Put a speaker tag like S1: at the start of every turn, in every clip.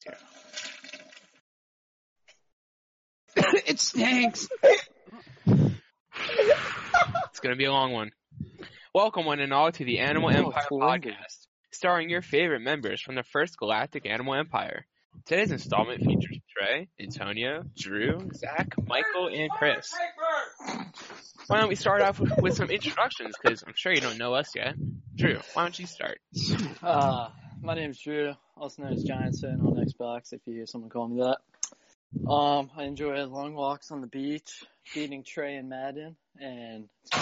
S1: it stinks.
S2: It's gonna be a long one. Welcome one and all to the Animal
S3: No,
S2: Empire
S3: it's longer.
S2: podcast, starring your favorite members from the first Galactic Animal Empire. Today's installment features Trey, Antonio, Drew, Zach, Michael, and Chris. Why don't we start off with, with some introductions? Because I'm sure you don't know us yet. Drew, why don't you start?
S3: Uh, my name's Drew, also known as Giants fan on Xbox, if you hear someone call me that. Um, I enjoy long walks on the beach, beating Trey and Madden, and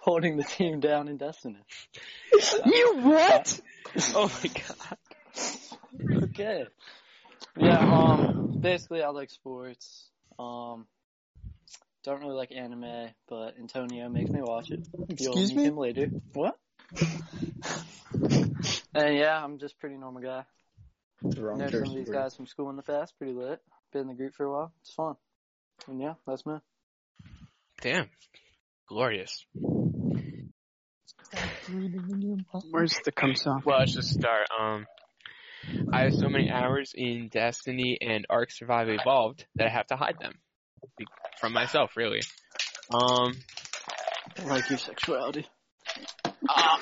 S3: holding the team down in Destiny.
S1: You what?
S2: Oh my god.
S3: Okay. Yeah, um, basically I like sports. Um, don't really like anime, but Antonio makes me watch it.
S1: Excuse
S3: You'll meet
S1: me?
S3: him later. What? and Uh, yeah, I'm just a pretty normal guy.
S1: wrong
S3: know some of these guys from school in the past, pretty lit. Been in the group for a while. It's fun. And yeah, that's me.
S2: Damn. Glorious.
S4: Where's the come song?
S2: Well, let's just start. Um, I have so many hours in Destiny and Ark Survive Evolved that I have to hide them from myself, really. Um,
S3: like your sexuality.
S2: oh,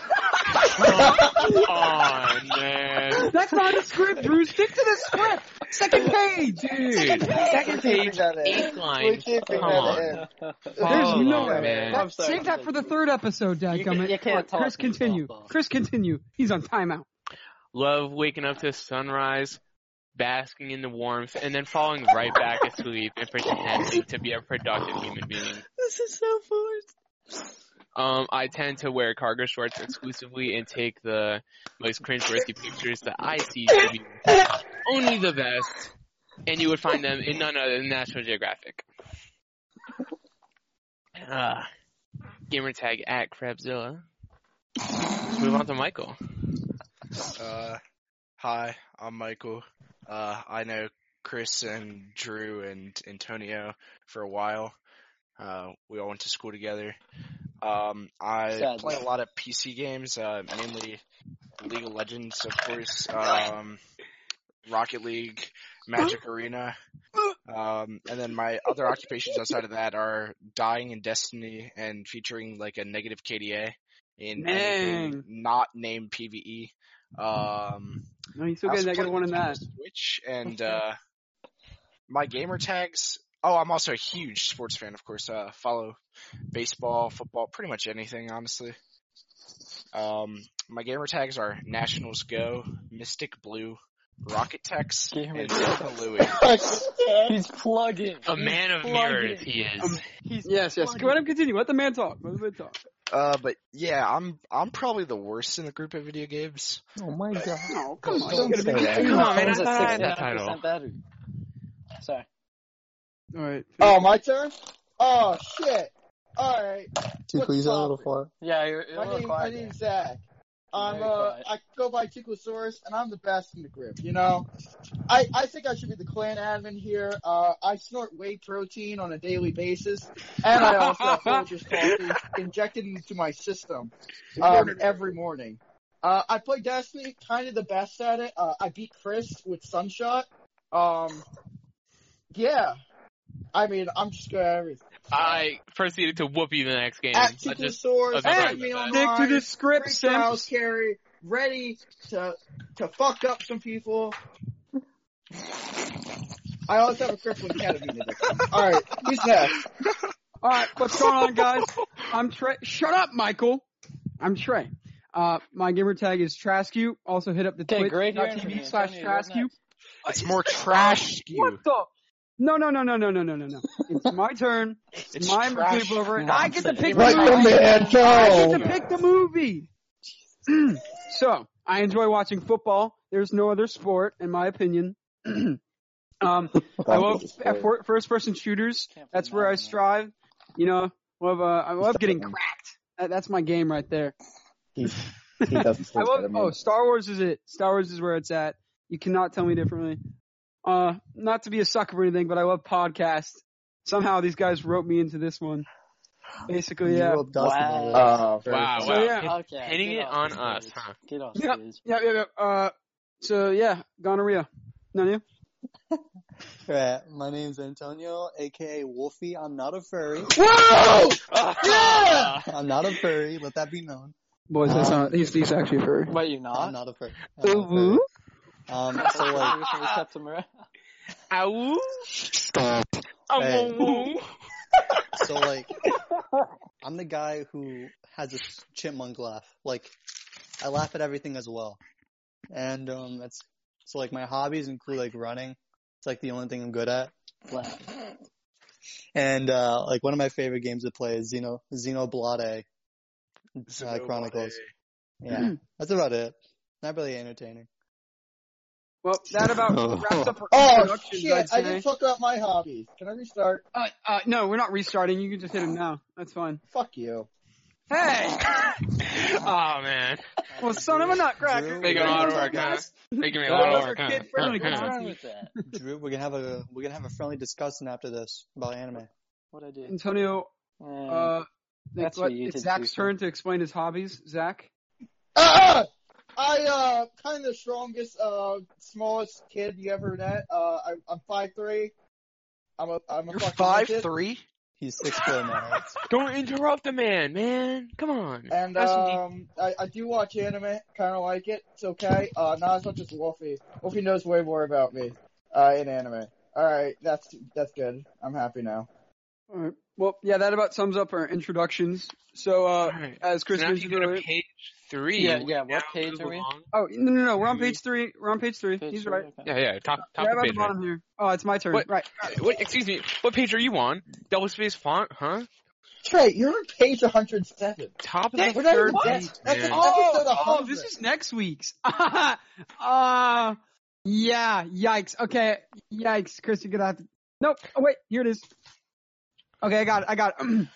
S2: aw, man,
S1: That's not a script, Drew. Stick to the script. Second page.
S2: dude, second page, eighth line. Come on,
S1: There's
S2: Hold
S1: no
S2: on,
S1: way.
S2: man.
S3: I'm sorry.
S1: Save that for the third episode, Dadgummit.
S3: you can't
S1: Look, Chris,
S3: talk when you
S1: continue.
S3: talk, boss.
S1: Chris, continue. He's on timeout.
S2: Love waking up to sunrise, basking in the warmth, and then falling right back asleep and pretending to be a productive human being.
S3: This is so forced.
S2: Um, I tend to wear cargo shorts exclusively and take the most cringeworthy pictures that I see to be only the best, and you would find them in none other than National Geographic.
S3: Ah.
S2: Uh, gamer tag at Crabzilla. Let's move on to Michael.
S5: Uh, hi, I'm Michael. Uh, I know Chris and Drew and Antonio for a while. Uh, we all went to school together. Um, I
S3: Sadly.
S5: play a lot of PC games, uh, mainly League of Legends, of course, um, Rocket League, Magic Arena. Um, and then my other occupations outside of that are dying in Destiny and featuring like a negative KDA in anything
S1: Dang.
S5: not named PVE. Um,
S1: No, you still got a
S5: also
S1: negative
S5: played
S1: one in that.
S5: Switch and uh, my gamer tags. Oh, I'm also a huge sports fan, of course. Uh, follow baseball, football, pretty much anything, honestly. Um, my gamer tags are Nationals Go, Mystic Blue, Rocket Tex,
S3: Gamer
S5: and Silva Louie.
S3: He's plugging.
S2: A man of mirrors, he is.
S1: Yes, yes. Go ahead and continue. Let the man talk. Let the man talk.
S5: Uh, but yeah, I'm I'm probably the worst in the group of video games.
S4: Oh my god.
S1: No, come on.
S4: Don't
S1: Don't
S4: say
S1: get
S4: that.
S1: a
S2: Come on, man. I
S3: Phone's at
S2: thought I had that
S3: 69%
S2: title.
S3: battery. Sorry.
S1: All right.
S6: Oh, my turn? Oh, shit. Alright.
S4: Tickly's a little far.
S3: Yeah, you're, you're a
S6: My,
S3: little
S6: name, my
S3: quiet.
S6: name's Zach. I'm,
S3: Very
S6: uh,
S3: quiet.
S6: I go by Ticklosaurus, and I'm the best in the group, you know? I, I think I should be the clan admin here. Uh, I snort whey protein on a daily basis, and I also have Folgers coffee injected into my system um, every morning. Uh, I play Destiny, kind of the best at it. Uh, I beat Chris with Sunshot. Um, yeah. I mean, I'm just good at everything.
S2: I proceeded to whoop you the next game.
S6: At
S2: I just-
S6: Ticklosaurus,
S2: Hey,
S6: find me
S2: stick
S1: Stick
S6: online,
S1: to the script,
S6: free
S1: Simps.
S6: trials carry, ready to to fuck up some people. I always have a crippling ketamine addiction. All right, who's next?
S1: All right, what's going on, guys? I'm Trey. Shut up, Michael. I'm Trey. Uh, my gamer tag is Traskew. Also hit up the
S3: Okay,
S1: Twitch
S3: great hearing from you,
S1: TV slash
S3: Antonio. You're
S1: Traskew.
S3: next.
S5: It's more trash.
S1: Uh, What the? No, no, no, no, no, no, no, no, no. It's my turn. It's,
S5: It's
S1: my
S5: trash.
S1: flip over.
S3: No,
S1: I get to
S3: I'm
S1: pick
S3: saying-
S1: the
S3: Right,
S1: movie.
S6: man,
S1: I get to pick the movie. so I enjoy watching football. There's no other sport, in my opinion. um, I love first-person shooters.
S3: Can't
S1: That's
S3: play
S1: where I
S3: Madden, though.
S1: strive. You know, love uh, I love getting cracked. That, that's my game right there. I love. Oh, Star Wars is it? Star Wars is where it's at. You cannot tell me differently. Uh, not to be a sucker or anything, but I love podcasts. Somehow these guys wrote me into this one. Basically, yeah.
S2: wow,
S3: Wow.
S1: So,
S2: wow.
S1: yeah.
S3: Okay.
S2: Hitting
S3: get
S2: it
S3: off
S2: on
S3: the
S2: us,
S3: stage.
S2: huh?
S3: Get off
S1: Yeah,
S3: stage.
S1: yeah, yeah, yeah. Uh, so yeah, gonorrhea. None of you?
S4: Right. My name's Antonio, aka Wolfie. I'm not a furry.
S6: Whoa! Yeah!
S4: I'm not a furry. Let that be known.
S1: Boys, that's not. He's, he's actually furry.
S3: Wait, you not?
S4: I'm not a furry. I'm not a furry. Um, so like,
S2: Ow!
S4: stop. Right. So like, I'm the guy who has a chipmunk laugh. Like, I laugh at everything as well. And um, that's so like my hobbies include like running. It's like the only thing I'm good at. And uh, like one of my favorite games to play is Xeno Xenoblade uh, Chronicles. Yeah, that's about it. Not really entertaining.
S1: Well, that about
S4: Oh.
S1: wraps up our
S6: Oh
S1: introductions,
S6: shit!
S1: I'd
S6: I
S1: say.
S6: didn't fuck up my hobbies. Can I restart?
S1: uh, uh, no, we're not restarting. You can just hit him now. That's fine.
S6: Fuck you.
S1: Hey!
S2: oh man,
S1: Well, son of a nutcracker.
S2: making a lot of work, huh? Making me a lot of
S1: Those are
S2: work,
S1: kid-friendly
S2: huh?
S3: What's wrong with that?
S4: Drew, we're gonna have a we're gonna have a friendly discussion after this about anime.
S3: What I do?
S1: Antonio,
S3: Um,
S1: uh,
S3: That's
S1: what-
S3: what you
S1: it's
S3: did,
S1: Zach's
S3: Susan.
S1: turn to explain his hobbies. Zach?
S6: Ah! I uh kind of the strongest uh smallest kid you ever met. Uh I I'm five three. I'm a I'm a
S5: You're
S6: fucking
S5: five
S6: midget.
S5: three.
S4: He's six foot now.
S2: Don't interrupt the man, man. Come on.
S6: And
S2: Have some decency.
S6: um I, I do watch anime, kinda like it. It's okay. Uh not as much as Wolfie. Wolfie knows way more about me uh in anime. Alright, that's that's good. I'm happy now.
S1: Alright. Well, yeah, that about sums up our introductions. So, uh,
S2: Alright.
S1: as Chris
S2: so now if you
S1: mentioned
S2: go to
S1: earlier,
S2: page three.
S3: Yeah, yeah, what
S2: now
S3: page
S2: move
S3: are we?
S2: along.
S1: oh, no, no, no, we're on
S2: Three.
S1: page three, we're on page three. He's right.
S2: Yeah, yeah, top top
S1: right
S2: of
S1: about
S2: page.
S1: the
S2: man.
S1: bottom here. Oh, it's my turn.
S2: What?
S1: Right.
S2: What? Excuse me. What page are you on? Double space font, huh?
S6: Trey, you're on page hundred seven.
S2: Top of
S1: Hey,
S2: the
S6: We're not
S2: third
S6: even
S2: page.
S6: guessing. That's
S2: man.
S6: an episode
S1: Oh, oh,
S6: 100.
S1: this is next week's. uh, yeah, yikes. Okay, yikes. Chris, you're gonna have to. Nope. Oh, wait, here it is. Okay, I got it. I got it.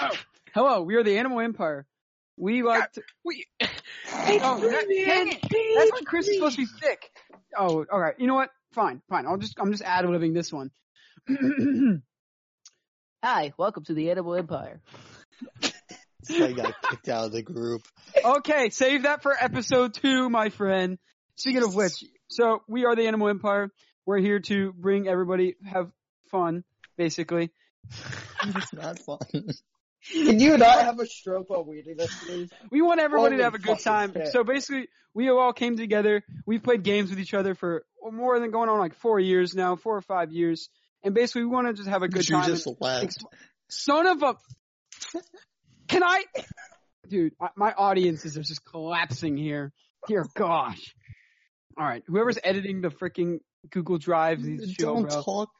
S1: oh. Hello, we are the Animal Empire. We like to.
S2: We-
S1: Oh, that- dang it. That's when Chris is supposed to be thick. Oh, all right. You know what? Fine, fine. I'll just I'm just ad libbing this one.
S7: Hi, welcome to the Animal Empire.
S4: This guy got kicked out of the group.
S1: Okay, save that for episode two, my friend. Speaking of which, so we are the Animal Empire. We're here to bring everybody have fun, basically.
S4: It's not fun.
S6: Can you not have a stroke while we do this, please?
S1: We want everybody to
S6: Holy
S1: have a good
S6: fucking
S1: time.
S6: shit.
S1: So basically, we all came together. We've played games with each other for more than going on like four years now, four or five years. And basically, we want to just have a good
S4: Drew
S1: time.
S4: just left.
S1: Son of a. Can I? Dude, I- my audiences are just collapsing here. Dear gosh. All right, whoever's editing the freaking Google Drive, these show,
S4: Don't
S1: bro.
S4: talk.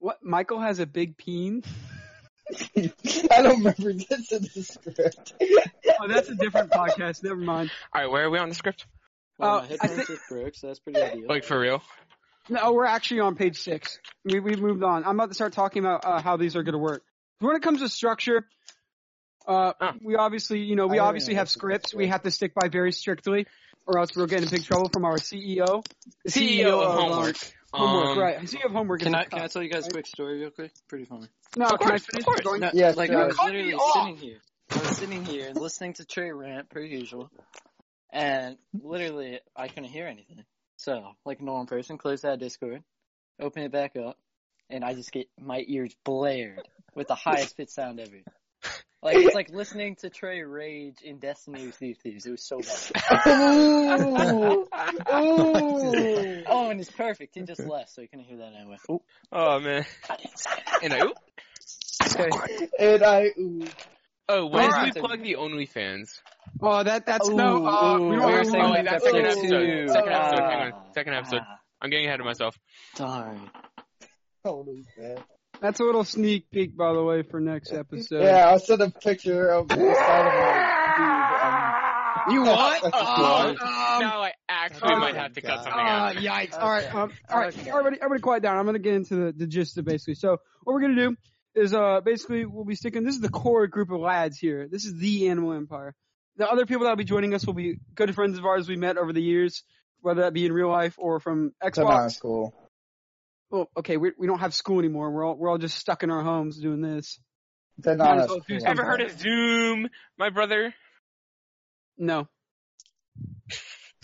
S1: What? Michael has a big peen?
S6: I don't remember this in the script.
S1: Oh, that's a different podcast. Never mind.
S2: All right, where are we on the script?
S3: Well,
S1: Uh,
S3: my hip
S1: I
S3: points just broke, so that's pretty ideal.
S2: Like for real?
S1: No, we're actually on page six. We, we've moved on. I'm about to start talking about uh, how these are going to work. When it comes to structure, uh,
S2: Huh.
S1: we obviously, you know, we
S4: I don't
S1: obviously
S4: know
S1: have
S4: this is
S1: scripts
S4: good.
S1: we have to stick by very strictly, or else we'll get in big trouble from our CEO. The
S2: CEO E of
S1: um,
S2: homework.
S1: homework,
S2: Um,
S1: right? CEO of homework.
S3: Can
S1: is
S3: I
S1: a
S3: can I
S1: cuck.
S3: tell you guys a quick story real quick? Pretty funny.
S1: No,
S2: Of
S1: can I
S2: course,
S1: finish?
S2: of course.
S1: Going-
S3: No,
S6: Yes,
S3: like
S6: Josh.
S3: I was
S2: Cut me
S3: literally
S2: off.
S3: sitting here. I was sitting here and listening to Trey rant per usual, and literally I couldn't hear anything. So, like a normal person, close that Discord, open it back up, and I just get my ears blared with the highest pitch sound ever. Like it's like listening to Trey rage in Destiny with Thieves. Thieves. It was so bad.
S6: Ooh, ooh.
S3: Oh, and it's perfect. He just left, so he couldn't hear that anyway. Oh,
S2: Oh man. And I,
S6: And I, ooh.
S2: oh, when
S1: Alright.
S2: did we plug the OnlyFans?
S1: Oh, that that's no. Uh, we don't
S3: Ooh, we were
S1: have
S3: saying
S1: one.
S2: Oh,
S3: like
S2: that's
S3: episode
S2: second episode.
S3: two.
S2: Second episode.
S3: Ah.
S2: Hang on. Second episode.
S3: Ah,
S2: I'm getting ahead of myself.
S3: darn.
S6: Holy man.
S1: That's a little sneak peek, by the way, for next episode.
S6: Yeah, I'll send a picture of the
S1: um,
S6: side
S1: You what? Oh,
S2: What?
S1: um,
S2: now I actually
S1: oh
S2: might
S1: my
S2: have to
S4: God.
S2: cut something
S1: Ah,
S2: out.
S1: yikes. All right,
S4: Okay.
S1: um, all right,
S4: Okay.
S1: everybody, everybody, quiet down. I'm gonna get into the, the gist of basically. So what we're gonna do is uh basically we'll be sticking. This is the core group of lads here. This is the Animal Empire. The other people that'll be joining us will be good friends of ours we met over the years, whether that be in real life or from
S6: of
S1: Xbox.
S6: school.
S1: Well, okay, we we don't have school anymore. We're all we're all just stuck in our homes doing this.
S6: They're
S1: Might
S6: not
S1: as
S6: as
S1: well do
S6: cool.
S1: something.
S2: Ever heard of Zoom, my brother?
S1: No,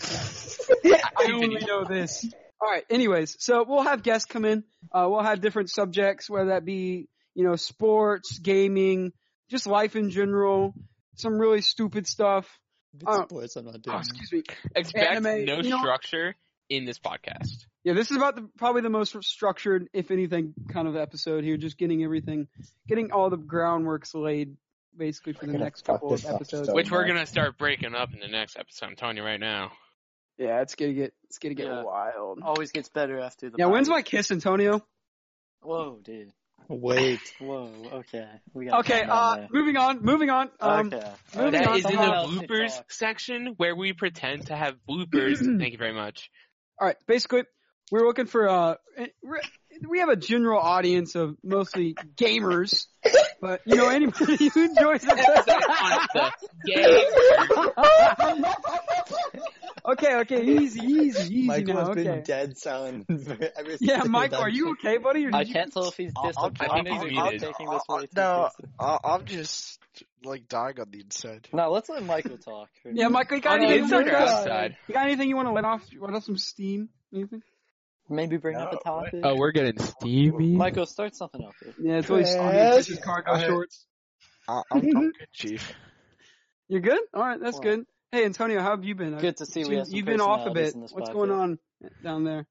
S2: I-
S1: I only know this. All right. Anyways, so we'll have guests come in. Uh, we'll have different subjects, whether that be you know sports, gaming, just life in general, some really stupid stuff.
S4: If
S1: Oh.
S4: It's sports, I'm not
S1: Oh,
S4: doing. it.
S1: excuse me.
S2: Expect
S1: Anime,
S2: no
S1: you know-
S2: structure in this podcast.
S1: Yeah, this is about the, probably the most structured, if anything, kind of episode here. Just getting everything, getting all the groundworks laid, basically for
S8: We're
S1: the
S8: gonna
S1: next
S8: fuck
S1: couple of
S8: this up
S1: episodes.
S8: so-
S2: Which we're
S8: much.
S2: gonna start breaking up in the next episode. I'm telling you right now.
S1: Yeah, it's gonna get it's gonna get
S3: Yeah.
S1: wild.
S3: Always gets better after the.
S1: yeah, when's
S3: bite.
S1: my kiss, Antonio?
S3: Whoa, dude.
S4: Wait.
S3: Whoa. Okay. We got
S1: Okay, uh, moving on, moving on. Um,
S3: okay.
S1: moving
S2: That
S1: on.
S2: is in the
S1: someone else
S2: bloopers section where we pretend to have bloopers. Thank you very much.
S1: All right, basically, we're looking for uh, we're- we have a general audience of mostly gamers, but you know anybody who enjoys it. okay, okay, easy, easy, easy
S4: Michael
S1: now.
S4: has been
S1: okay.
S4: dead silent. ever since
S1: Yeah,
S4: the
S1: Michael, are you okay, buddy? Or
S3: I
S1: did you-
S3: can't tell if he's
S5: I'll- I'll-
S2: I think
S3: disappointed
S2: he's
S3: or
S2: muted.
S3: not taking this
S5: I'll-
S3: way too
S5: no.
S3: seriously.
S5: I- I'm just like dying on the inside.
S3: No, let's let Michael talk.
S1: Yeah, Michael, you got
S2: On the
S1: anything?
S2: inside
S1: You
S2: or
S1: got,
S2: outside?
S1: you got anything you want to let off? Let off some steam? Anything?
S3: Maybe bring up
S5: No,
S3: a topic.
S4: Oh.
S2: Oh, we're getting steamy.
S3: Michael, start something up. here.
S1: Yeah, it's always
S8: Yes.
S1: steamy. cargo
S5: Go ahead.
S1: shorts.
S5: I- I'm, I'm good, Chief.
S1: You're good. All right, that's
S3: Wow.
S1: good. Hey, Antonio, how have you been?
S3: Good to see we have some
S1: you've been off a
S3: personalities
S1: bit.
S3: in this
S1: What's
S3: podcast.
S1: going on down there?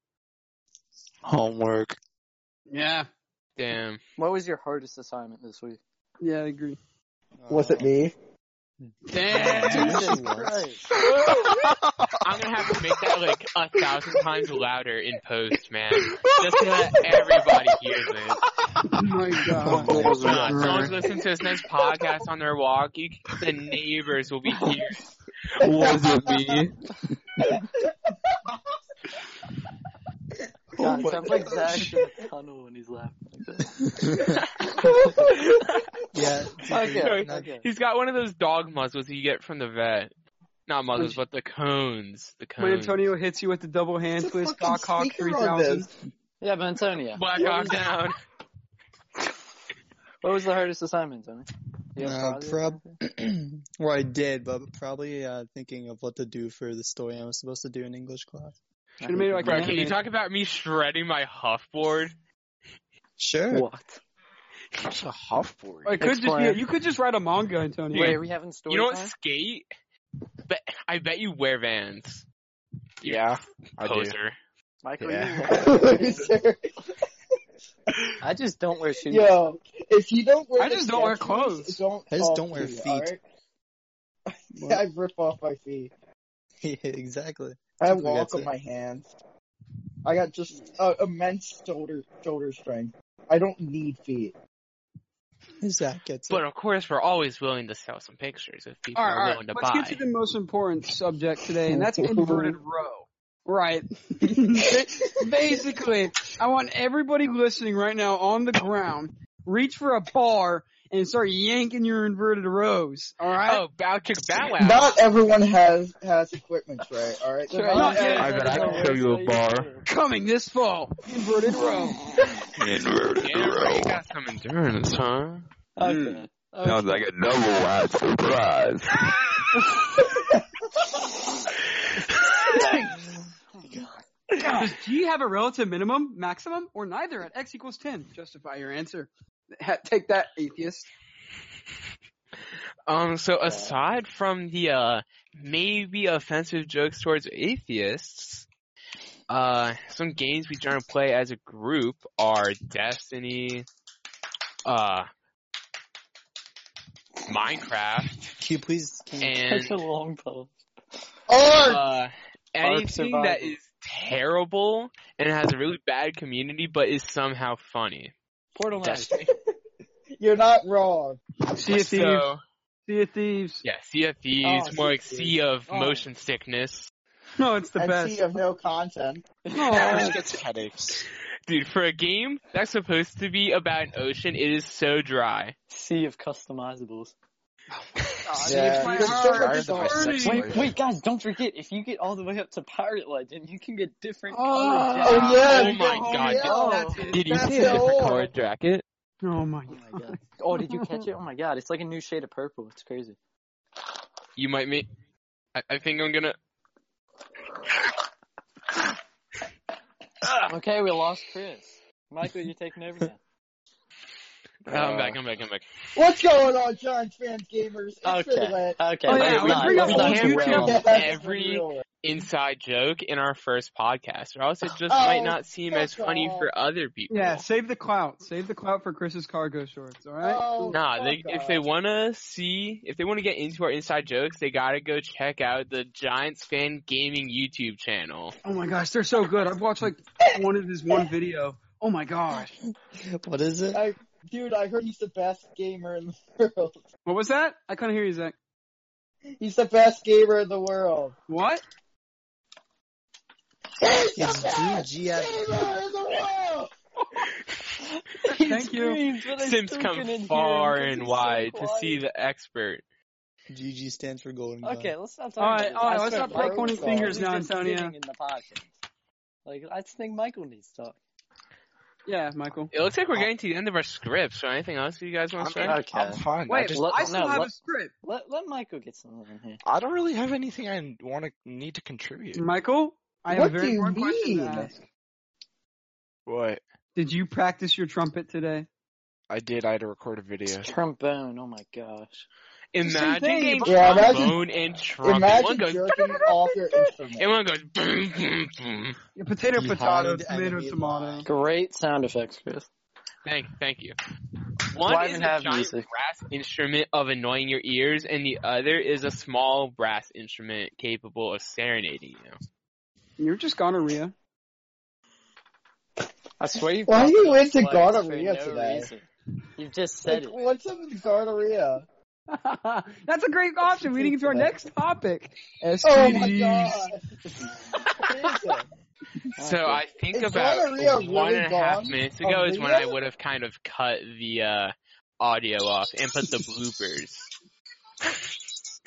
S5: Homework.
S1: Yeah.
S2: Damn.
S3: What was your hardest assignment this week?
S1: Yeah, I agree.
S8: Was it me?
S2: Damn.
S3: Jesus Christ.
S2: I'm gonna have to make that like a thousand times louder in post, man. Just to let everybody hear this.
S1: Oh my god.
S2: Nah, someone's listening to this next podcast on their walk. You, the neighbors will be here.
S5: Was it me?
S3: Oh God, it sounds like Zach's in a tunnel when he's laughing like that.
S4: Yeah.
S3: Okay,
S4: not-
S3: okay.
S2: He's got one of those dog muzzles you get from the vet. Not muzzles, but the cones. The
S1: When
S2: cones.
S1: Antonio hits you with the double hand
S8: It's a
S1: twist,
S8: fucking
S1: Doc Hawk
S8: speaker on
S1: 3000.
S8: this.
S3: Yeah, but Antonio,
S2: Black Hawk down.
S3: what was the hardest assignment, Tony? You have a
S4: Uh,
S3: project or
S4: prob-
S3: anything?
S4: well, I did, but probably uh, thinking of what to do for the story I was supposed to do in English class.
S1: Should've made it like
S2: Bro,
S1: an
S2: can you
S1: anime.
S2: talk about me shredding my huffboard?
S4: Sure.
S3: What?
S5: It's a huffboard.
S1: Or it could just
S3: Explain.
S1: be, you could just write a manga, Antonio.
S3: Wait, are we having story
S2: You don't
S3: time?
S2: skate, but I bet you wear Vans.
S5: Yeah, I do.
S2: Poser.
S3: Michael,
S5: Yeah.
S3: you I just don't wear shoes.
S6: Yo, if you don't wear,
S1: I
S6: the
S1: just don't wear
S6: statues,
S1: clothes.
S6: Don't
S4: I just
S6: talk
S4: don't wear
S6: to me,
S4: feet.
S6: alright? I rip off my feet.
S4: Yeah, exactly.
S6: I
S4: People
S6: walk
S4: get
S6: with
S4: it.
S6: my hands. I got just uh, immense shoulder shoulder strength. I don't need feet.
S4: Zach gets
S2: But
S4: it.
S2: of course, we're always willing to sell some pictures if people
S1: All right, all
S2: are
S1: right.
S2: willing to
S1: Let's
S2: buy.
S1: get to the most important subject today, and that's inverted row. Right. Basically, I want everybody listening right now on the ground, reach for a bar and start yanking your inverted rows. All right.
S2: Oh, bow chick bow wow.
S6: Not everyone has has equipment, Trey. All right,
S3: Sure,
S6: They're not-
S3: you
S1: yeah,
S3: guys
S1: I bet
S3: are
S1: I can
S3: so
S5: show you a
S3: worse
S5: bar.
S3: than you.
S1: Coming this fall, inverted row.
S2: Yeah, you got some endurance, huh?
S3: Okay.
S9: Sounds like a double wide surprise.
S1: Does G have a relative minimum, maximum, or neither at x equals 10? Justify your answer. Ha- take that, atheist.
S2: Um, so aside from the uh maybe offensive jokes towards atheists, uh, some games we generally play as a group are Destiny, uh, Minecraft,
S4: Can you please? Can you,
S2: and
S3: That's a long poem.
S2: uh, anything
S3: survival.
S2: that is terrible and has a really bad community but is somehow funny.
S3: Portal Knight.
S6: You're not wrong.
S1: Sea of Thieves.
S2: So,
S1: Sea of Thieves.
S2: yeah, Sea of Thieves, more
S6: Oh, Sea
S2: like
S6: of
S2: Sea of
S6: Oh.
S2: Motion Sickness.
S1: No, it's the
S6: and
S1: best. Oh,
S6: sea of no content.
S5: Just
S1: No.
S5: gets headaches.
S2: Dude, for a game that's supposed to be about an ocean, it is so dry.
S3: Sea of customizables.
S6: Yeah.
S1: my
S6: You're so
S1: heart
S6: much
S1: is
S5: of a
S1: burning.
S5: sex
S3: Wait, wait, guys, don't forget, if you get all the way up to Pirate Legend, you can get different
S1: Oh,
S3: color
S6: Oh
S3: jackets.
S6: yeah.
S2: Oh my
S6: yeah,
S2: God.
S6: yeah.
S1: That's it.
S2: Did you
S6: That's
S2: see
S6: the
S2: the different
S6: oil.
S2: color jacket?
S1: Oh my
S3: Oh
S1: god.
S3: my god. Oh, did you catch it? Oh my god, it's like a new shade of purple. It's crazy.
S2: You might make. I, I think I'm gonna.
S3: Ah! Okay, we lost Chris. Michael, you're taking over now.
S2: No, I'm um, back. I'm back. I'm back.
S6: What's going on, Giants fans, gamers? It's been
S3: Okay.
S6: lit.
S3: Okay.
S1: Oh,
S3: let's
S1: yeah, we
S3: not-
S1: bring up
S3: let's not
S1: old YouTube
S3: derail
S1: channels.
S3: this.
S2: every- Inside joke in our first podcast, or else it just
S6: Oh,
S2: might not seem as
S6: fuck
S2: funny
S6: off.
S2: for other people.
S1: Yeah, save the clout. Save the clout for Chris's cargo shorts, alright?
S6: Oh,
S2: Nah, they,
S6: fuck
S2: if they
S6: off.
S2: wanna see, if they wanna get into our inside jokes, they gotta go check out the Giants fan gaming YouTube channel.
S1: Oh my gosh, they're so good. I've watched like one of his one video. Oh my gosh.
S4: What is it?
S6: I, dude, I heard he's the best gamer in the world.
S1: What was that? I couldn't hear you, Zach.
S6: He's the best gamer in the world.
S1: What?
S6: He's the
S4: It's
S6: best
S4: GGF.
S6: gamer in the world.
S3: He
S1: Thank you.
S3: screams, but I
S2: Sims
S3: still couldn't hear
S2: come
S3: him
S2: far
S3: 'cause
S2: and
S3: he's so
S2: wide to see
S3: quiet.
S2: the expert.
S4: GG stands for golden. Gun.
S3: Okay, let's stop talking.
S1: Alright,
S3: about this.
S1: alright,
S3: I
S1: let's
S3: swear,
S1: not play
S3: Michael's
S6: pointing
S3: always
S1: fingers now,
S3: been
S1: Antonio.
S3: sitting In the podcast. Like, I just think Michael needs to talk.
S1: Yeah, Michael.
S2: It looks like we're getting to the end of our script, so anything else you guys
S5: I'm,
S2: wanna say?
S3: Okay.
S5: I'm fine. I,
S1: Wait,
S5: just,
S3: let-
S1: I still
S3: no,
S1: have
S3: let-
S1: a script.
S3: Let let Michael get something in here.
S5: I don't really have anything I want to need to contribute.
S1: Michael, I have
S6: What
S1: a very
S6: do you
S1: important question to
S6: mean?
S1: ask.
S5: What?
S1: Did you practice your trumpet today?
S5: I did. I had to record a video.
S3: Trombone. Oh my gosh.
S2: Imagine
S1: thing,
S2: getting
S1: but-
S6: Yeah, imagine-
S2: trombone and trumpet. one
S6: Imagine
S2: goes,
S6: jerking off your instrument.
S2: and one goes, boom, boom, boom.
S1: Your potato,
S4: Behind
S1: potato,
S4: enemy
S1: tomato, tomato.
S4: lines.
S3: Great sound effects, Chris.
S2: Thank, thank you.
S3: Why
S2: One is a
S3: even
S2: giant
S3: have music?
S2: brass instrument of annoying your ears, and the other is a small brass instrument capable of serenading you.
S1: You're just gonorrhea.
S3: I swear you.
S6: Why are you into
S3: Like, for
S6: gonorrhea
S3: no
S6: today?
S3: reason. You just said
S6: Like,
S3: it.
S6: what's up with gonorrhea?
S1: That's a great option leading into our next topic. STDs.
S6: Oh my god. Jesus.
S2: So
S3: Okay.
S2: I think
S6: Is
S2: about
S6: gonorrhea
S2: one
S6: really
S2: and a half
S6: gone
S2: minutes
S6: from
S2: ago is when I
S6: Leah?
S2: would have kind of cut the uh, audio off and put the bloopers.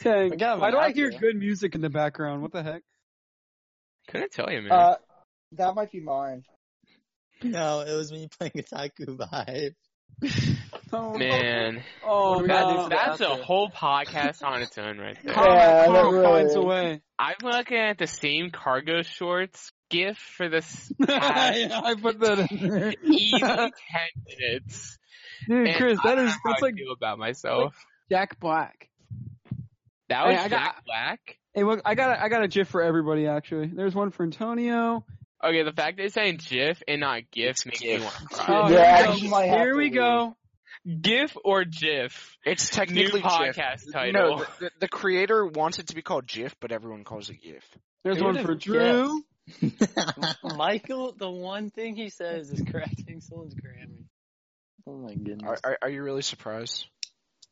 S1: Dang.
S3: We got him
S1: Why do I hear
S3: outro.
S1: good music in the background? What the heck?
S2: Couldn't tell you, man.
S6: Uh, that might be mine.
S4: No, it was me playing Otaku Vibe.
S1: Oh,
S2: man,
S1: oh
S3: What do we gotta do
S1: no.
S3: for that?
S2: that's a whole podcast on its own right there.
S1: Carl,
S6: Yeah,
S1: Carl
S6: that
S1: finds
S6: really-
S1: a way.
S2: I'm looking at the same cargo shorts gif for this past
S1: yeah, I put that in there.
S2: easy ten minutes.
S1: Dude,
S2: and
S1: Chris,
S2: I
S1: that
S2: don't
S1: is
S2: know how
S1: that's
S2: I
S1: like
S2: feel about myself.
S1: Jack Black.
S2: That
S1: Hey,
S2: was
S1: I got-
S2: Jack Black.
S1: Hey, look, I got a, I got a GIF for everybody actually. There's one for Antonio.
S2: Okay, the fact that it's saying GIF and not GIF makes
S5: GIF.
S2: me want to cry.
S1: Oh,
S6: Yeah,
S1: here we go.
S6: you might have
S1: Here
S6: to
S1: we
S6: leave.
S1: go.
S2: GIF or GIF?
S5: It's
S2: New
S5: technically GIF.
S2: podcast
S5: No,
S2: title.
S5: the, the, the creator wants it to be called GIF, but everyone calls it GIF.
S1: There's
S3: Who
S1: one
S3: would've
S1: for Drew.
S3: Michael, the one thing he says is correcting someone's grammar. Oh my goodness.
S5: Are, are, are you really surprised?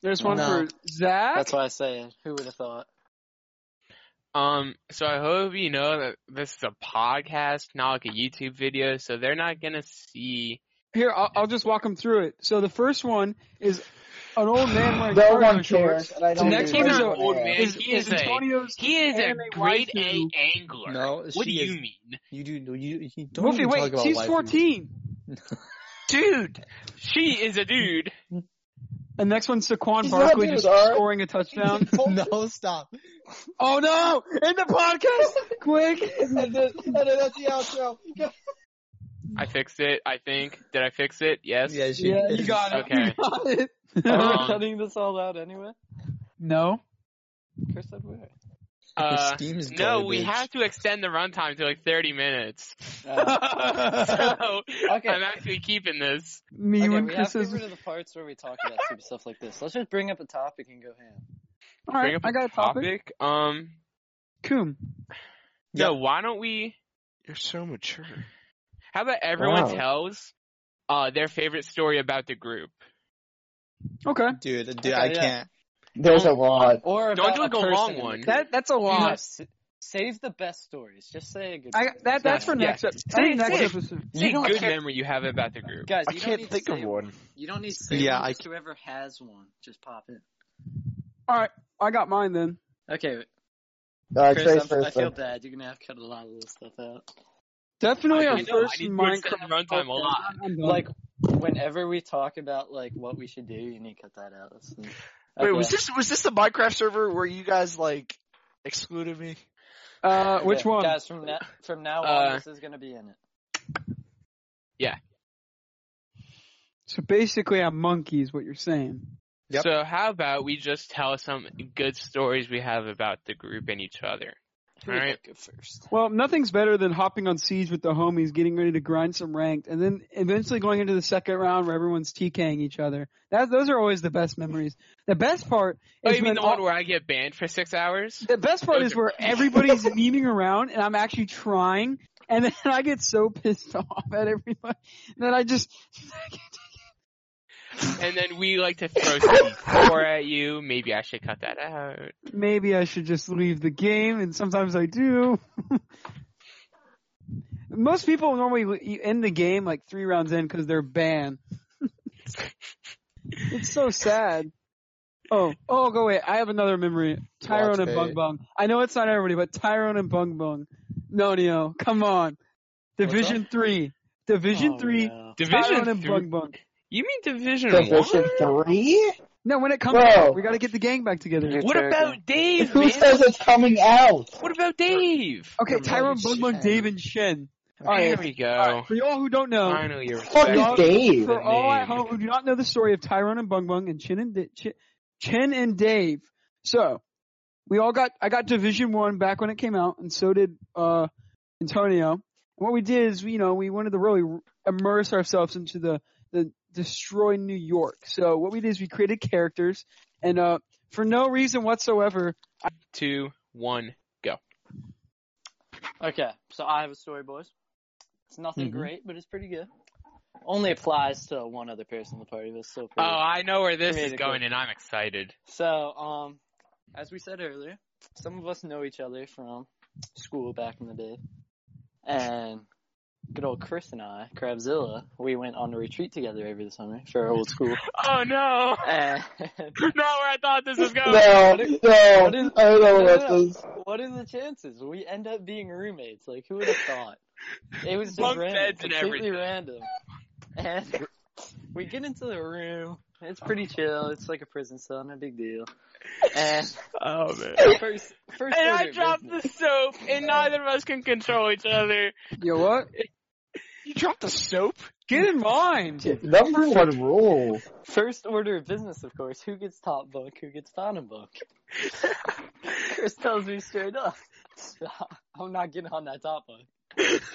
S1: There's one
S4: No.
S1: for Zach.
S3: That's why I say it. Who would have thought?
S2: Um, so I hope you know that this is a podcast, not like a YouTube video, so they're not gonna see.
S1: Here, I'll, I'll just walk them through it. So the first one is an old man wearing
S6: No
S1: cargo
S6: one
S1: shorts.
S6: cares, and I
S1: The
S6: don't
S1: next
S6: even
S2: he's
S1: one is
S2: not
S6: know
S1: a-
S2: an
S6: what
S2: old
S6: it
S2: man.
S1: Is,
S2: he is,
S1: is
S2: a
S1: Antonio's?
S2: he is a
S1: anime
S2: grade A
S1: waifu.
S2: angler.
S4: No,
S2: what do
S4: she
S2: you
S4: is-
S2: mean,
S4: you do you, you don't
S1: Wolfie,
S4: even talk
S1: wait,
S4: about
S1: she's
S4: waifu.
S1: 14.
S2: dude? She is a dude.
S1: And next one's Saquon
S6: He's not
S1: Barkley
S6: doing
S1: just
S6: all right.
S1: scoring a touchdown.
S4: No, stop.
S1: oh no! In the podcast, quick!
S6: and, then, and then that's the outro.
S2: I fixed it. I think. Did I fix it? Yes.
S4: Yeah, she
S1: Yeah,
S4: is.
S1: you got it.
S2: Okay.
S1: You got it.
S3: Are we
S2: Um,
S3: cutting this all out anyway?
S1: no.
S3: Chris said we are.
S2: Uh,
S4: Steam is
S2: no, we
S4: garbage.
S2: have to extend the runtime to like 30 minutes.
S3: Uh,
S2: So
S3: Okay.
S2: I'm actually keeping this.
S1: Me
S3: okay,
S1: when
S3: we
S1: Chris
S3: have to
S1: is.
S3: get rid of the parts where we talk about stupid stuff like this. Let's just bring up a topic and go ham.
S1: All right,
S2: Bring up
S1: I got a topic.
S2: topic. Um,
S1: Coom.
S2: no, why don't we?
S5: You're so mature.
S2: How about everyone
S5: Wow.
S2: tells uh their favorite story about the group?
S1: Okay.
S4: Dude, dude,
S3: Okay,
S4: I
S3: yeah.
S4: can't.
S6: There's a lot.
S3: Or
S2: Don't
S3: about
S2: do like
S3: a
S2: a
S3: person
S2: long
S3: in the
S2: one.
S3: group.
S1: That that's a
S3: You know,
S1: lot.
S3: s- save the best stories. Just say a good.
S1: I that that's for
S2: Yeah.
S1: next ep- I think
S2: Say-
S1: next
S2: say-
S1: episode.
S3: You
S2: Say
S3: don't
S2: good
S3: care-
S2: memory you have about the group.
S3: guys,
S5: I
S3: you don't
S5: can't
S3: need
S5: think
S3: to
S5: of
S3: save
S5: one.
S3: You don't need to save
S4: Yeah,
S3: one.
S4: I
S3: Just whoever has one, just pop in.
S1: I got mine then.
S3: Okay,
S6: Uh,
S3: Chris,
S6: Trey's
S3: I'm- I
S6: first
S3: feel
S6: one.
S3: bad. You're gonna have to cut a lot of this stuff out.
S1: Definitely
S2: I
S1: our
S2: know, I
S1: first
S2: need to
S1: Minecraft
S2: extend the runtime a lot.
S1: I'm done.
S3: Like, whenever we talk about like what we should do, you need to cut that out. That's-
S5: Wait,
S3: Okay.
S5: was this was this the Minecraft server where you guys like excluded me?
S1: uh, which
S3: Okay,
S1: one?
S3: Guys, from now from now on,
S2: Uh,
S3: this is gonna be in it.
S1: So basically, I'm monkey is what you're saying.
S10: Yep.
S2: So how about we just tell some good stories we have about the group and each other?
S3: Who would
S2: Alright.
S3: like go first?
S1: Well, nothing's better than hopping on siege with the homies, getting ready to grind some ranked, and then eventually going into the second round where everyone's TKing each other. That those are always the best memories. The best part
S2: Oh,
S1: is
S2: you mean
S1: when
S2: the
S1: all-
S2: one where I get banned for six hours?
S1: the best part
S2: Those
S1: is
S2: are-
S1: where everybody's memeing around and I'm actually trying and then I get so pissed off at everybody and then I just
S2: And then we like to throw C4 at you. Maybe I should cut that out.
S1: maybe I should just leave the game, and sometimes I do. Most people normally l- you end the game like three rounds in because they're banned. it's so sad. Oh, oh, go away. I have another memory. Tyrone and Bung
S10: Watch
S1: Bung. I know it's not everybody, but Tyrone and Bung Bung. No, no, come on. Division three. Division
S3: Oh,
S1: three.
S3: no.
S2: Division
S1: Tyrone and
S2: three.
S1: Bung Bung.
S2: You mean Division
S6: Division
S2: One?
S6: three?
S1: No, when it comes
S6: Bro.
S1: out, we gotta get the gang back together.
S2: What about Dave?
S6: Who
S2: Man?
S6: says it's coming out?
S2: What about Dave?
S1: Okay, Tyrone, Bung Bung,
S3: Shen.
S1: Dave, and Shen. All right.
S2: There we go.
S1: For y'all who don't know,
S2: Finally, you're
S6: Fuck
S1: Dog-
S6: is Dave?
S1: for
S2: the
S1: all at
S2: name.
S1: home who do not know the story of Tyrone and Bung Bung and Chin and Di- Chi- Chen and Dave. So we all got I got Division One back when it came out, and so did uh Antonio. And what we did is, you know, we wanted to really immerse ourselves into the the destroy New York. So what we did is we created characters, and uh for no reason whatsoever,
S2: two, one.
S3: Okay, so I have a story, boys. It's nothing
S10: Mhm.
S3: great, but it's pretty good. Only applies to one other person in the party, but it's still
S2: Oh,
S3: pretty.
S2: I know where this is
S3: Pretty
S2: going, and I'm excited.
S3: So, um, as we said earlier, some of us know each other from school back in the day, and good old Chris and I, Crabzilla, we went on a retreat together over the summer for old school.
S2: Oh no!
S3: And
S2: Not where I thought this was going.
S6: No,
S3: What is-
S6: no,
S3: what is-
S6: I don't know what
S3: no, no, no.
S6: this is.
S3: what are the chances we end up being roommates? Like, who would have thought? It was just
S2: Bunk
S3: random,
S2: beds and
S3: completely
S2: everything.
S3: random. And we get into the room. It's pretty chill. It's like a prison cell, no big deal. And
S2: Oh man.
S3: first, first
S2: And
S3: order
S2: I
S3: of
S2: dropped
S3: business.
S2: the soap, and neither of us can control each other.
S1: you know what?
S5: You dropped the soap?
S1: Get in line.
S6: Number one rule.
S3: First order of business, of course. Who gets top bunk? Who gets bottom bunk? Chris tells me straight up, I'm not getting on that top bunk.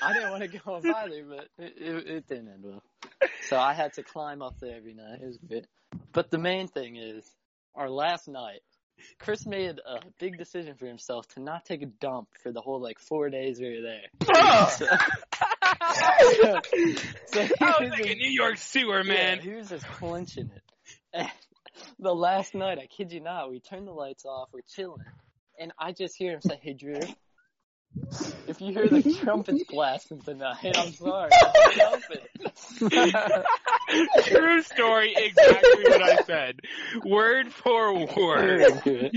S3: I didn't want to go up either, but it, it, it didn't end well. So I had to climb up there every night. It was great. But the main thing is, our last night, Chris made a big decision for himself to not take a dump for the whole like four days we were there. So, so he
S2: I was
S3: was
S2: like a
S3: in-
S2: New York sewer man.
S3: yeah, he was just clenching it. And the last night, I kid you not, we turned the lights off, we're chilling, and I just hear him say, "Hey Drew, if you hear the trumpets blasting tonight, I'm sorry, it's the trumpet."
S2: True story, exactly what I said. Word for word.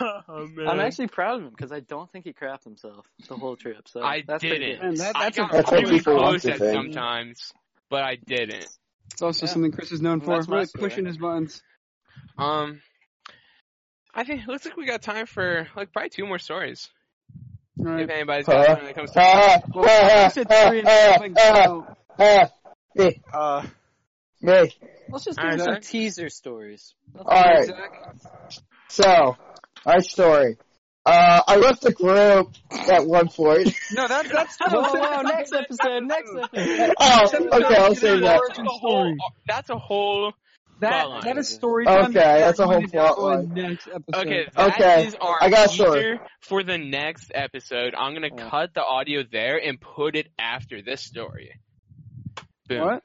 S2: Oh, man.
S3: I'm actually proud of him because I don't think he crapped himself the whole trip. So
S2: I
S3: that's pretty
S2: didn't.
S3: good.
S1: Man, that,
S2: I
S1: that's,
S2: got
S1: a,
S6: That's what
S2: really
S6: people want
S2: close
S6: to
S2: at
S6: think.
S2: sometimes, but I didn't.
S1: it's also
S3: Yeah.
S1: something Chris is known for.
S3: That's my
S1: Really
S3: story.
S1: pushing his buttons.
S2: Um, I think looks like we got time for like probably two more stories.
S1: All
S2: If
S1: right.
S2: anybody's got
S6: Huh?
S2: one that comes to
S6: Ah,
S1: Well, I
S6: ah,
S1: said
S6: ah,
S1: three and
S6: ah,
S1: something,
S6: ah,
S1: so-
S6: ah. Me,
S5: Uh,
S6: me.
S3: Let's just
S2: All
S3: give
S2: right,
S3: him some
S2: Zach.
S3: teaser stories. Let's
S6: All right.
S3: Zach.
S6: So, my story. Uh, I left the group at one point.
S1: No, that, that's
S3: Whoa, whoa, next episode, next episode.
S6: Oh, okay, I'll
S1: say
S6: save that.
S2: That's a whole. That's a whole.
S1: That
S2: Plotline.
S1: that is story
S6: Okay,
S1: time. that
S6: that's a whole
S1: we're gonna do
S6: plotline.
S1: Next episode.
S2: Okay, that
S6: Okay,
S2: is our
S6: I got a
S2: teaser
S6: story.
S2: for the next episode. I'm gonna
S3: Yeah.
S2: cut the audio there and put it after this story. Boom.
S1: What?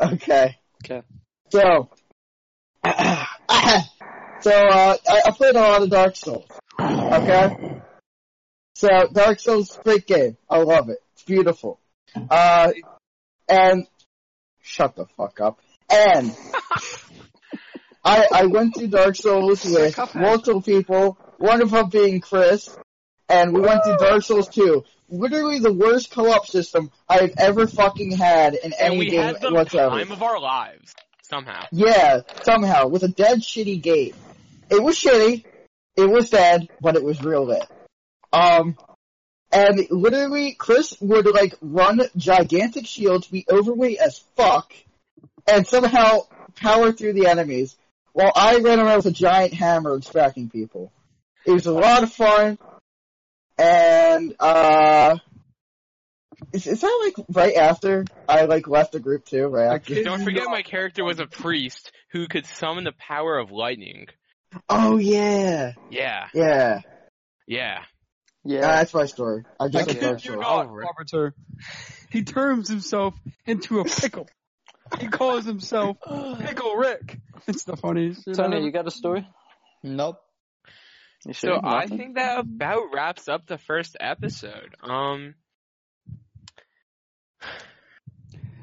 S6: Okay.
S3: Okay.
S6: So, so uh, I, I played a lot of Dark Souls. Okay. So Dark Souls is a great game. I love it. It's beautiful. Uh, and shut the fuck up. And I I went to Dark Souls with multiple people. One of them being Chris, and we went to Dark Souls 2. Literally the worst co-op system I've ever fucking had in
S2: And
S6: any
S2: we
S6: game
S2: had the
S6: whatsoever.
S2: time of our lives somehow.
S6: Yeah, somehow with a dead shitty game. It was shitty. It was sad, but it was real lit. Um,
S8: And literally, Chris would like run gigantic shields, be overweight as fuck, and somehow power through the enemies, while I ran around with a giant hammer and tracking people. It was a lot of fun, and uh, is, is that like right after I like left the group too? Right after?
S2: Don't forget my character was a priest who could summon the power of lightning.
S8: Oh yeah,
S2: Yeah,
S8: yeah.
S2: yeah.
S8: Yeah,
S3: Yeah.
S8: that's my story. I just
S1: I
S8: like that
S1: kid
S8: story.
S1: you not, Arbiter. He turns himself into a pickle. he calls himself Pickle Rick. It's the funniest shit.
S3: Tony,
S1: ever.
S3: you got a story?
S4: Nope.
S3: You sure?
S2: So I
S3: Nothing?
S2: think that about wraps up the first episode. Um,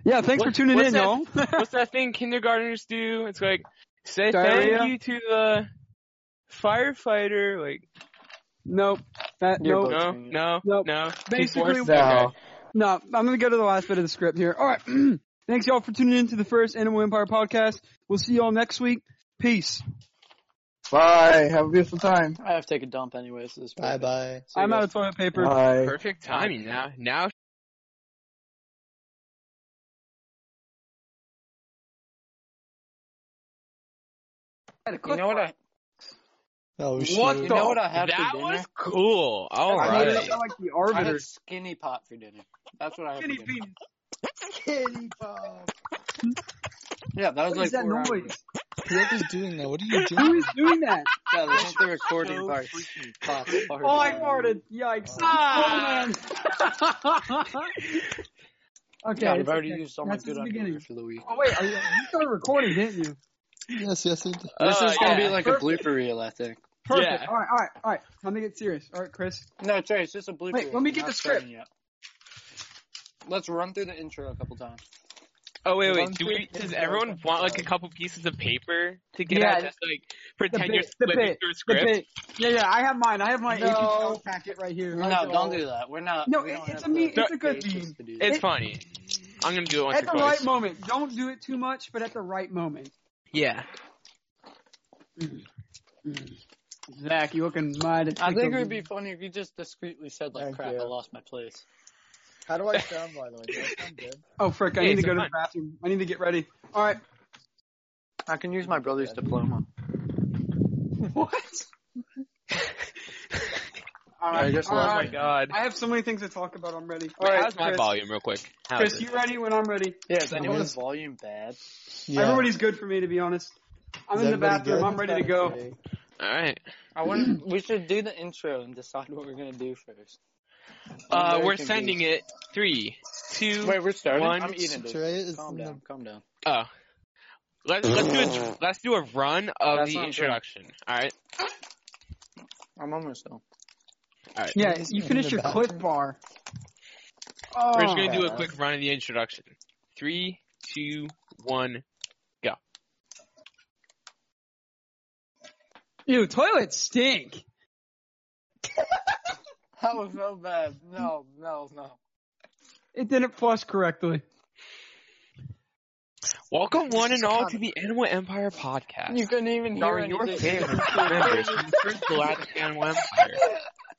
S1: yeah, thanks
S2: What-
S1: for tuning
S2: what's
S1: in,
S2: that-
S1: y'all.
S2: what's that thing kindergartners do? It's like say
S1: Diarrhea?
S2: thank you to the firefighter. Like
S1: nope. That,
S3: You're
S1: nope.
S3: both-
S2: no, no,
S1: Nope.
S2: no.
S1: Basically,
S2: Keep forcing-
S8: No.
S2: okay.
S1: No, I'm gonna go to the last bit of the script here. All right, thanks y'all for tuning in to the first Animal Empire podcast. We'll see y'all next week. Peace.
S8: Bye. Have a beautiful time.
S3: I have to take a dump anyway, so this
S4: Bye bye.
S3: See you
S1: I'm
S3: guys.
S1: out of toilet paper.
S8: Bye.
S2: perfect timing now. Now
S3: You know what I?
S4: Oh shit.
S3: What you know what I had
S2: that
S3: for dinner?
S2: was cool. All
S1: I
S3: I Alright.
S1: mean,
S2: right.
S1: it's not like the
S3: I had
S1: arbiter.
S3: skinny pot for dinner. That's what I had. For
S1: Skinny
S3: dinner.
S1: penis.
S4: Kitty pop.
S3: Yeah, that was
S1: What
S3: like
S1: is that
S3: four hours ago.
S1: noise?
S4: Whoever's doing that, what are you
S1: Who
S4: doing?
S1: is doing that?
S3: Yeah, they think they're recording farts. Farts, farts.
S1: Oh, I farted. Yikes. Oh,
S2: Ah.
S1: okay.
S3: God, I've
S1: it's
S3: already
S1: okay.
S3: used all my
S1: That's
S3: good
S1: the
S3: underwear
S1: beginning.
S3: for the week.
S1: Oh wait, are you, you started recording, didn't you?
S4: Yes, yes. It,
S3: This
S2: Uh,
S3: is gonna
S2: yeah.
S3: be like a
S1: Perfect.
S3: blooper reel, I think.
S1: Perfect.
S2: Yeah.
S1: All right, all right, all right. Let me get serious. All right, Chris.
S3: No, it's right. It's just a blooper.
S1: Wait,
S3: reel.
S1: let me
S3: I'm
S1: get
S3: not
S1: the script.
S3: starting Yet. Let's run through the intro a couple times.
S2: Oh wait, wait.
S3: One,
S2: Do
S3: two,
S2: we? Does
S3: three,
S2: everyone
S3: four,
S2: want like a
S3: five.
S2: couple pieces of paper to get
S1: Yeah,
S2: at? Just like pretend you're
S1: bit, the
S2: flipping
S1: bit,
S2: through a
S1: The
S2: script.
S1: bit. Yeah, yeah. I have mine. I have my
S3: No.
S1: AP packet right here.
S3: No,
S1: right there.
S3: don't do that. We're not.
S1: No,
S3: we
S1: it-
S3: don't
S1: it's
S3: have
S1: a me-
S3: the
S1: it's a good
S3: patience
S1: meme.
S3: to do
S2: It's
S1: It-
S2: funny. I'm gonna do it once
S1: At
S2: or
S1: the
S2: twice.
S1: right moment. Don't do it too much, but at the right moment.
S2: Yeah.
S1: Zach, you looking mad?
S3: that. I think it would be funny if you just discreetly said, like,
S6: Thank
S3: crap,
S6: you.
S3: I lost my place.
S6: How do I sound, by the way? Do I sound good?
S1: Oh frick! I
S2: Yeah,
S1: need to
S2: it's
S1: go to
S2: fine.
S1: the bathroom. I need to get ready. All right.
S3: I can use my brother's diploma.
S1: What? All
S3: I
S1: right.
S3: guess
S1: all
S3: I'll-
S2: Oh my
S1: right.
S2: god.
S1: I have so many things to talk about. I'm ready. All
S2: Wait,
S1: right,
S2: how's my
S1: Chris.
S2: volume, real quick? How's
S1: Chris,
S2: it?
S1: you ready when I'm ready?
S3: Yeah, is
S4: I'm
S3: anyone's
S4: in.
S3: volume bad?
S4: yeah.
S1: Everybody's good for me, to be honest. I'm
S4: Is
S1: in the
S4: everybody
S1: bathroom.
S4: good?
S1: I'm ready to go.
S2: All right.
S3: I want. we should do the intro and decide what we're gonna do first. I'm
S2: Uh,
S3: very
S2: we're
S3: confused.
S2: sending it. Three, two.
S3: Wait, we're starting.
S2: One.
S3: I'm eating. Dude.
S4: Trey is
S3: Calm
S4: in
S3: down. Calm down.
S2: Oh. Let, let's do a let's do a run of
S3: That's
S2: the
S3: not
S2: introduction. All right.
S3: I'm almost done.
S4: Trey
S1: Yeah,
S4: is
S1: you
S4: in
S1: finish
S4: the
S1: your
S4: bathroom.
S1: clip bar.
S2: We're just gonna do a
S1: Oh.
S2: quick run of the introduction. Three, two, one.
S1: Ew, toilets stink.
S3: That was so bad. No, no, no.
S1: It didn't flush correctly.
S2: Welcome one and all to the Animal Empire podcast.
S3: You couldn't even hear
S2: starring your
S3: anything.
S2: favorite members from the first Galactic Animal Empire.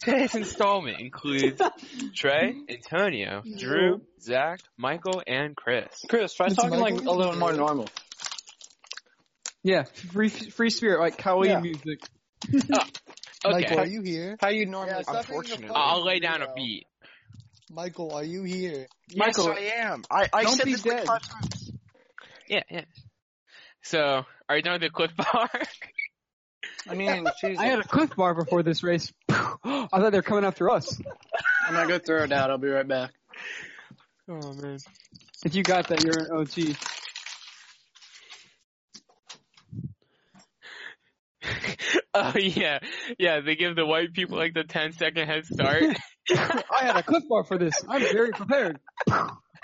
S2: Today's installment includes Trey, Antonio, Drew, Zach, Michael, and Chris.
S3: Chris, try
S4: It's
S3: talking like a
S4: Michael.
S3: little more normal.
S1: Yeah, free free spirit like Kali
S3: Yeah.
S1: music.
S4: Michael, are
S2: Okay,
S4: you here?
S3: How you
S6: Yeah,
S3: normally?
S6: stop being a
S5: Unfortunately.
S6: fucking
S2: I'll lay down a
S6: weirdo.
S2: beat.
S4: Michael, are you here?
S5: Yes,
S3: Michael-
S5: I am. I, I
S1: Don't
S5: said
S1: be
S5: this like
S1: dead.
S5: five times.
S2: Yeah, yeah. So, are you done with the clip bar?
S3: I mean, she's.
S1: I had a cliff bar before this race. I thought they were coming after us.
S3: I'm gonna go throw it out. I'll be right back.
S2: oh man.
S1: If you got that, you're an OG.
S2: oh yeah, yeah. They give the white people like the 10 second head start.
S1: I had a cliff bar for this. I'm very prepared.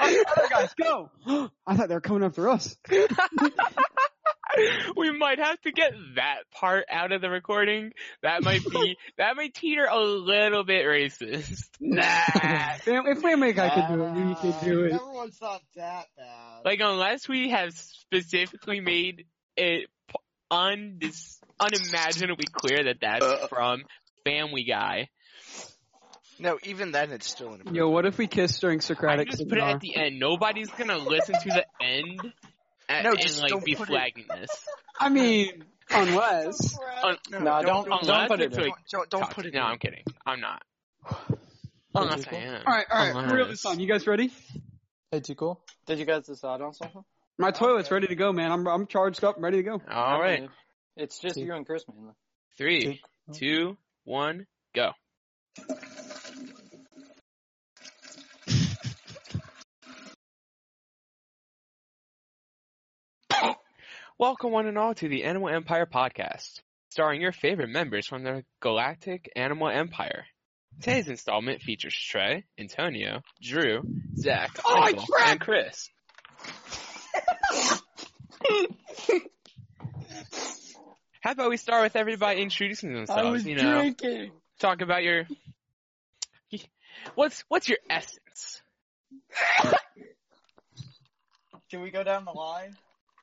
S1: Other guys, go. I thought they were coming after us.
S2: we might have to get that part out of the recording. That might be that might teeter a little bit racist. Nah.
S1: Fam- If Family Guy could do it, you could do it.
S6: Everyone's not that bad.
S2: like unless we have specifically made it p- Uh. undis- unimaginably clear that that's from Family Guy.
S5: No, even then it's still an
S1: Yo, what if we kiss during
S2: I
S1: Socratic?
S2: just put it
S1: Seminar?
S2: at the end. Nobody's gonna listen to the end and,
S5: No,
S2: and,
S5: just
S2: like
S5: don't
S2: be
S5: put it-
S2: flagging this.
S1: I mean, unless
S2: Un-
S5: No,
S3: Nah, don't-
S2: unless
S3: don't put it
S2: it's
S3: in.
S2: a
S5: don't, don't, don't put it
S2: No,
S5: in.
S2: I'm kidding. I'm not. Unless I am.
S1: All right, all right. Reel this
S2: Unless-
S1: on. You guys ready?
S4: Hey, Tico.
S3: Did you guys decide on something?
S1: My toilet's ready to go, man. I'm I'm charged up, and ready to go.
S2: All right.
S3: Okay. It's just
S4: See.
S3: you and Chris mainly.
S2: Three, two, one, go. Welcome, one and all, to the Animal Empire podcast, starring your favorite members from the Galactic Animal Empire. Today's installment features Trey, Antonio, Drew, Zach,
S6: Oh,
S2: Michael, and Chris. How about we start with everybody introducing themselves? you know,
S3: drinking.
S2: talk about your what's what's your essence?
S6: Can we go down the line?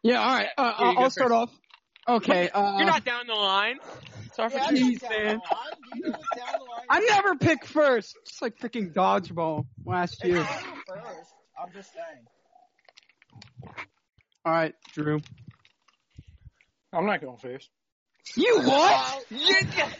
S1: Yeah, all right. Uh,
S2: Here you
S1: I'll,
S2: go
S1: I'll start off. Okay. Uh,
S2: You're not down the line. Sorry for
S6: Yeah, I
S2: the-
S6: know
S1: Jeez,
S6: down
S1: man.
S6: the line. Do you know what down the line
S1: I never pick first. Just like freaking dodgeball last
S6: is?
S1: year.
S6: It's not first. I'm just saying.
S1: All right, Drew.
S3: I'm not going first.
S1: You what?
S6: I'll-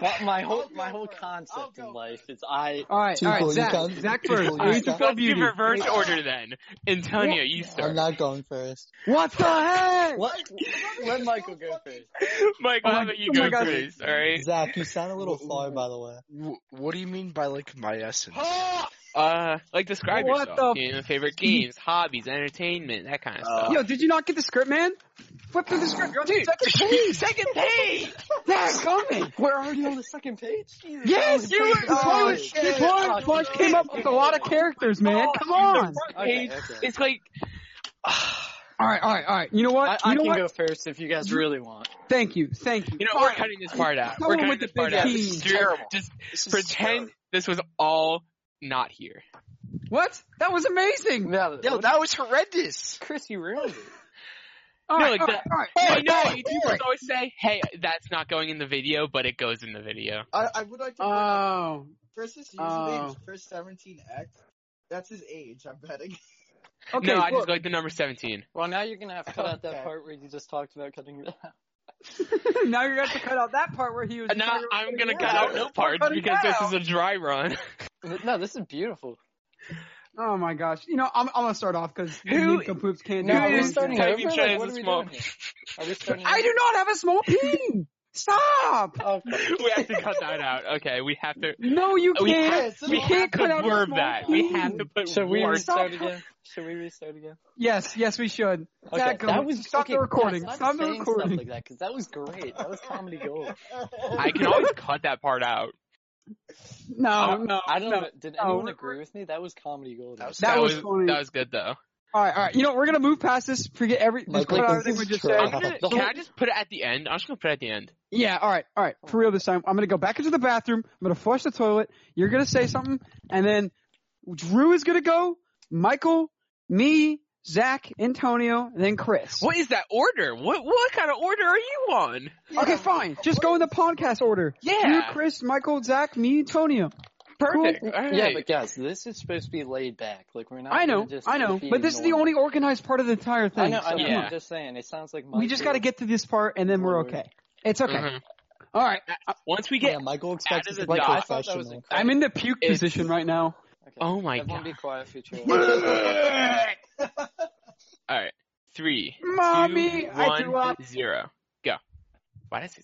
S3: But my whole
S6: I'll go
S3: my whole
S6: first. I'll
S3: concept
S6: go
S3: in life
S6: first.
S3: is I
S1: All right, all
S4: Tico,
S1: right.
S4: you
S1: Zach,
S4: can't-
S1: Zach
S4: Tico,
S1: first.
S4: you
S1: I need to
S4: can't-
S1: feel
S2: Let's do
S1: beauty.
S2: reverse order then. Antonio, you
S4: I'm
S2: start.
S4: not going first.
S1: What the heck?
S3: What? Let Michael go first.
S2: Michael,
S1: Oh
S2: how
S1: my-
S2: about you
S1: oh
S2: go
S1: my God.
S2: first? All right.
S4: Zach, you sound a little
S5: Wh-
S4: far, by the way.
S5: Wh- What do you mean by like my essence?
S2: Uh, like describe
S1: What
S2: yourself.
S1: the-
S2: You know, favorite games, hobbies, entertainment, that kind of stuff.
S1: Yo, did you not get the script, man? Flip through the script. You're on the second page.
S2: Second page.
S1: Zach, coming.
S3: We're already on the second page. Jesus.
S1: Yes, you were.
S3: Oh,
S1: This
S3: shit.
S1: one
S3: Oh,
S1: came up with a lot of
S2: Uh,
S1: characters,
S2: Oh,
S1: man. Oh, Come on.
S3: Okay,
S2: Page.
S3: okay.
S2: It's like
S1: All right, all right, all right. You know
S3: I,
S1: what?
S3: I
S1: You know
S3: can
S1: what?
S3: go first if you guys really want.
S1: Thank you, thank you.
S2: you know
S1: Fine.
S2: we're cutting this part out.
S1: Someone
S2: we're cutting
S1: with the
S2: this part
S1: big
S2: out.
S1: team.
S2: Drew,
S5: Terrible.
S2: Just
S5: This is
S2: pretend this was all not here.
S1: What? That was amazing.
S3: No,
S5: terrible. Yo, that was horrendous.
S3: Chris, you ruined it.
S1: All
S2: No,
S1: right,
S2: like
S1: all
S2: the-
S1: right, all right.
S2: I know YouTubers always say, "Hey, that's not going in the video, but it goes in the video."
S6: I, I would like to.
S1: Oh,
S6: Chris's
S1: oh.
S6: username is Chris Seventeen X. That's his age. I'm betting.
S1: okay.
S2: no, I
S1: look.
S2: just like the number seventeen.
S3: Well, now you're gonna have to cut out that
S6: Okay.
S3: part where you just talked about cutting it out.
S1: now you're going to have to cut out that part where he was.
S2: And now Uh, I'm gonna cut out no parts
S1: cutting
S2: because this
S1: out.
S2: is a dry run.
S3: No, this is beautiful.
S1: Oh my gosh! You know, I'm, I'm gonna start off because
S2: Who-
S1: poops can't
S3: No,
S1: do
S3: are we
S1: anything.
S3: starting
S2: Tell
S3: over?
S2: me
S3: Like,
S2: Trey is
S3: what
S2: a
S3: are we
S2: small-
S3: doing here? Are we starting
S1: I do not have a small pee. Stop!
S3: over? Okay.
S2: we have to cut that out. Okay, we have to.
S1: No, you
S2: We
S1: can't.
S6: Chris,
S1: We
S6: it's
S1: can't
S2: have
S1: cut
S2: to
S1: out a
S2: verb
S1: small
S2: that.
S1: pee.
S2: We have to put
S3: Should we
S2: words.
S3: restart
S1: Stop.
S3: again? Should we restart again?
S1: Yes, yes, we should.
S3: Okay,
S1: Zach,
S3: that was
S1: stop
S3: okay,
S1: the recording.
S3: guys,
S1: Stop the
S3: saying
S1: recording.
S3: Stuff like that, 'cause that was great. That was comedy gold.
S2: I can always cut that part out.
S1: no, no,
S3: I don't
S1: no.
S3: know. Did
S1: no,
S3: anyone
S1: we're-
S3: agree with me? Oh. That was comedy gold.
S5: That was-
S1: That was funny.
S2: That was good though.
S1: All right, all right. You know, we're gonna move past this. Forget every. Just
S4: Michael
S1: cut out everything
S4: thinks
S1: we
S4: it's
S1: just
S4: true.
S2: I'm
S1: said.
S2: gonna,
S4: The
S2: can
S4: whole-
S2: I just put it at the end? I'm just gonna put it at the end.
S1: Yeah. All right. All right. For real this time, I'm gonna go back into the bathroom. I'm gonna flush the toilet. You're gonna say something, and then Drew is gonna go. Michael, me, Zach, Antonio, and then Chris.
S2: What is that order? What what kind of order are you on?
S1: Okay, fine. Just go in the podcast order.
S2: Yeah.
S1: Drew, Chris, Michael, Zach, me, Antonio.
S2: Perfect.
S1: Cool.
S2: All right.
S3: Yeah, but guys, this is supposed to be laid back. Like we're not.
S1: I know.
S3: gonna Just
S1: I know.
S3: be
S1: But this is the
S3: normal.
S1: only organized part of the entire thing.
S3: I know.
S1: so
S3: I know.
S1: come on.
S2: Yeah.
S3: I'm just saying. It sounds like
S1: We just
S3: Michael-
S1: got to get to this part, and then we're okay. It's okay.
S2: Mhm.
S1: All right.
S2: uh, Once we
S4: Yeah,
S2: get
S4: Michael expects
S2: That
S4: us
S2: is
S4: to
S2: a
S4: be
S2: dot.
S3: I thought that was
S4: professional.
S3: incredible.
S1: I'm in the puke
S2: It's-
S1: position right now.
S3: Okay.
S2: Oh my
S3: Everyone
S2: God.
S3: be quiet, future.
S2: all right, three,
S1: Mommy,
S2: two,
S1: I
S2: one,
S1: threw up.
S2: zero, go. Why did I say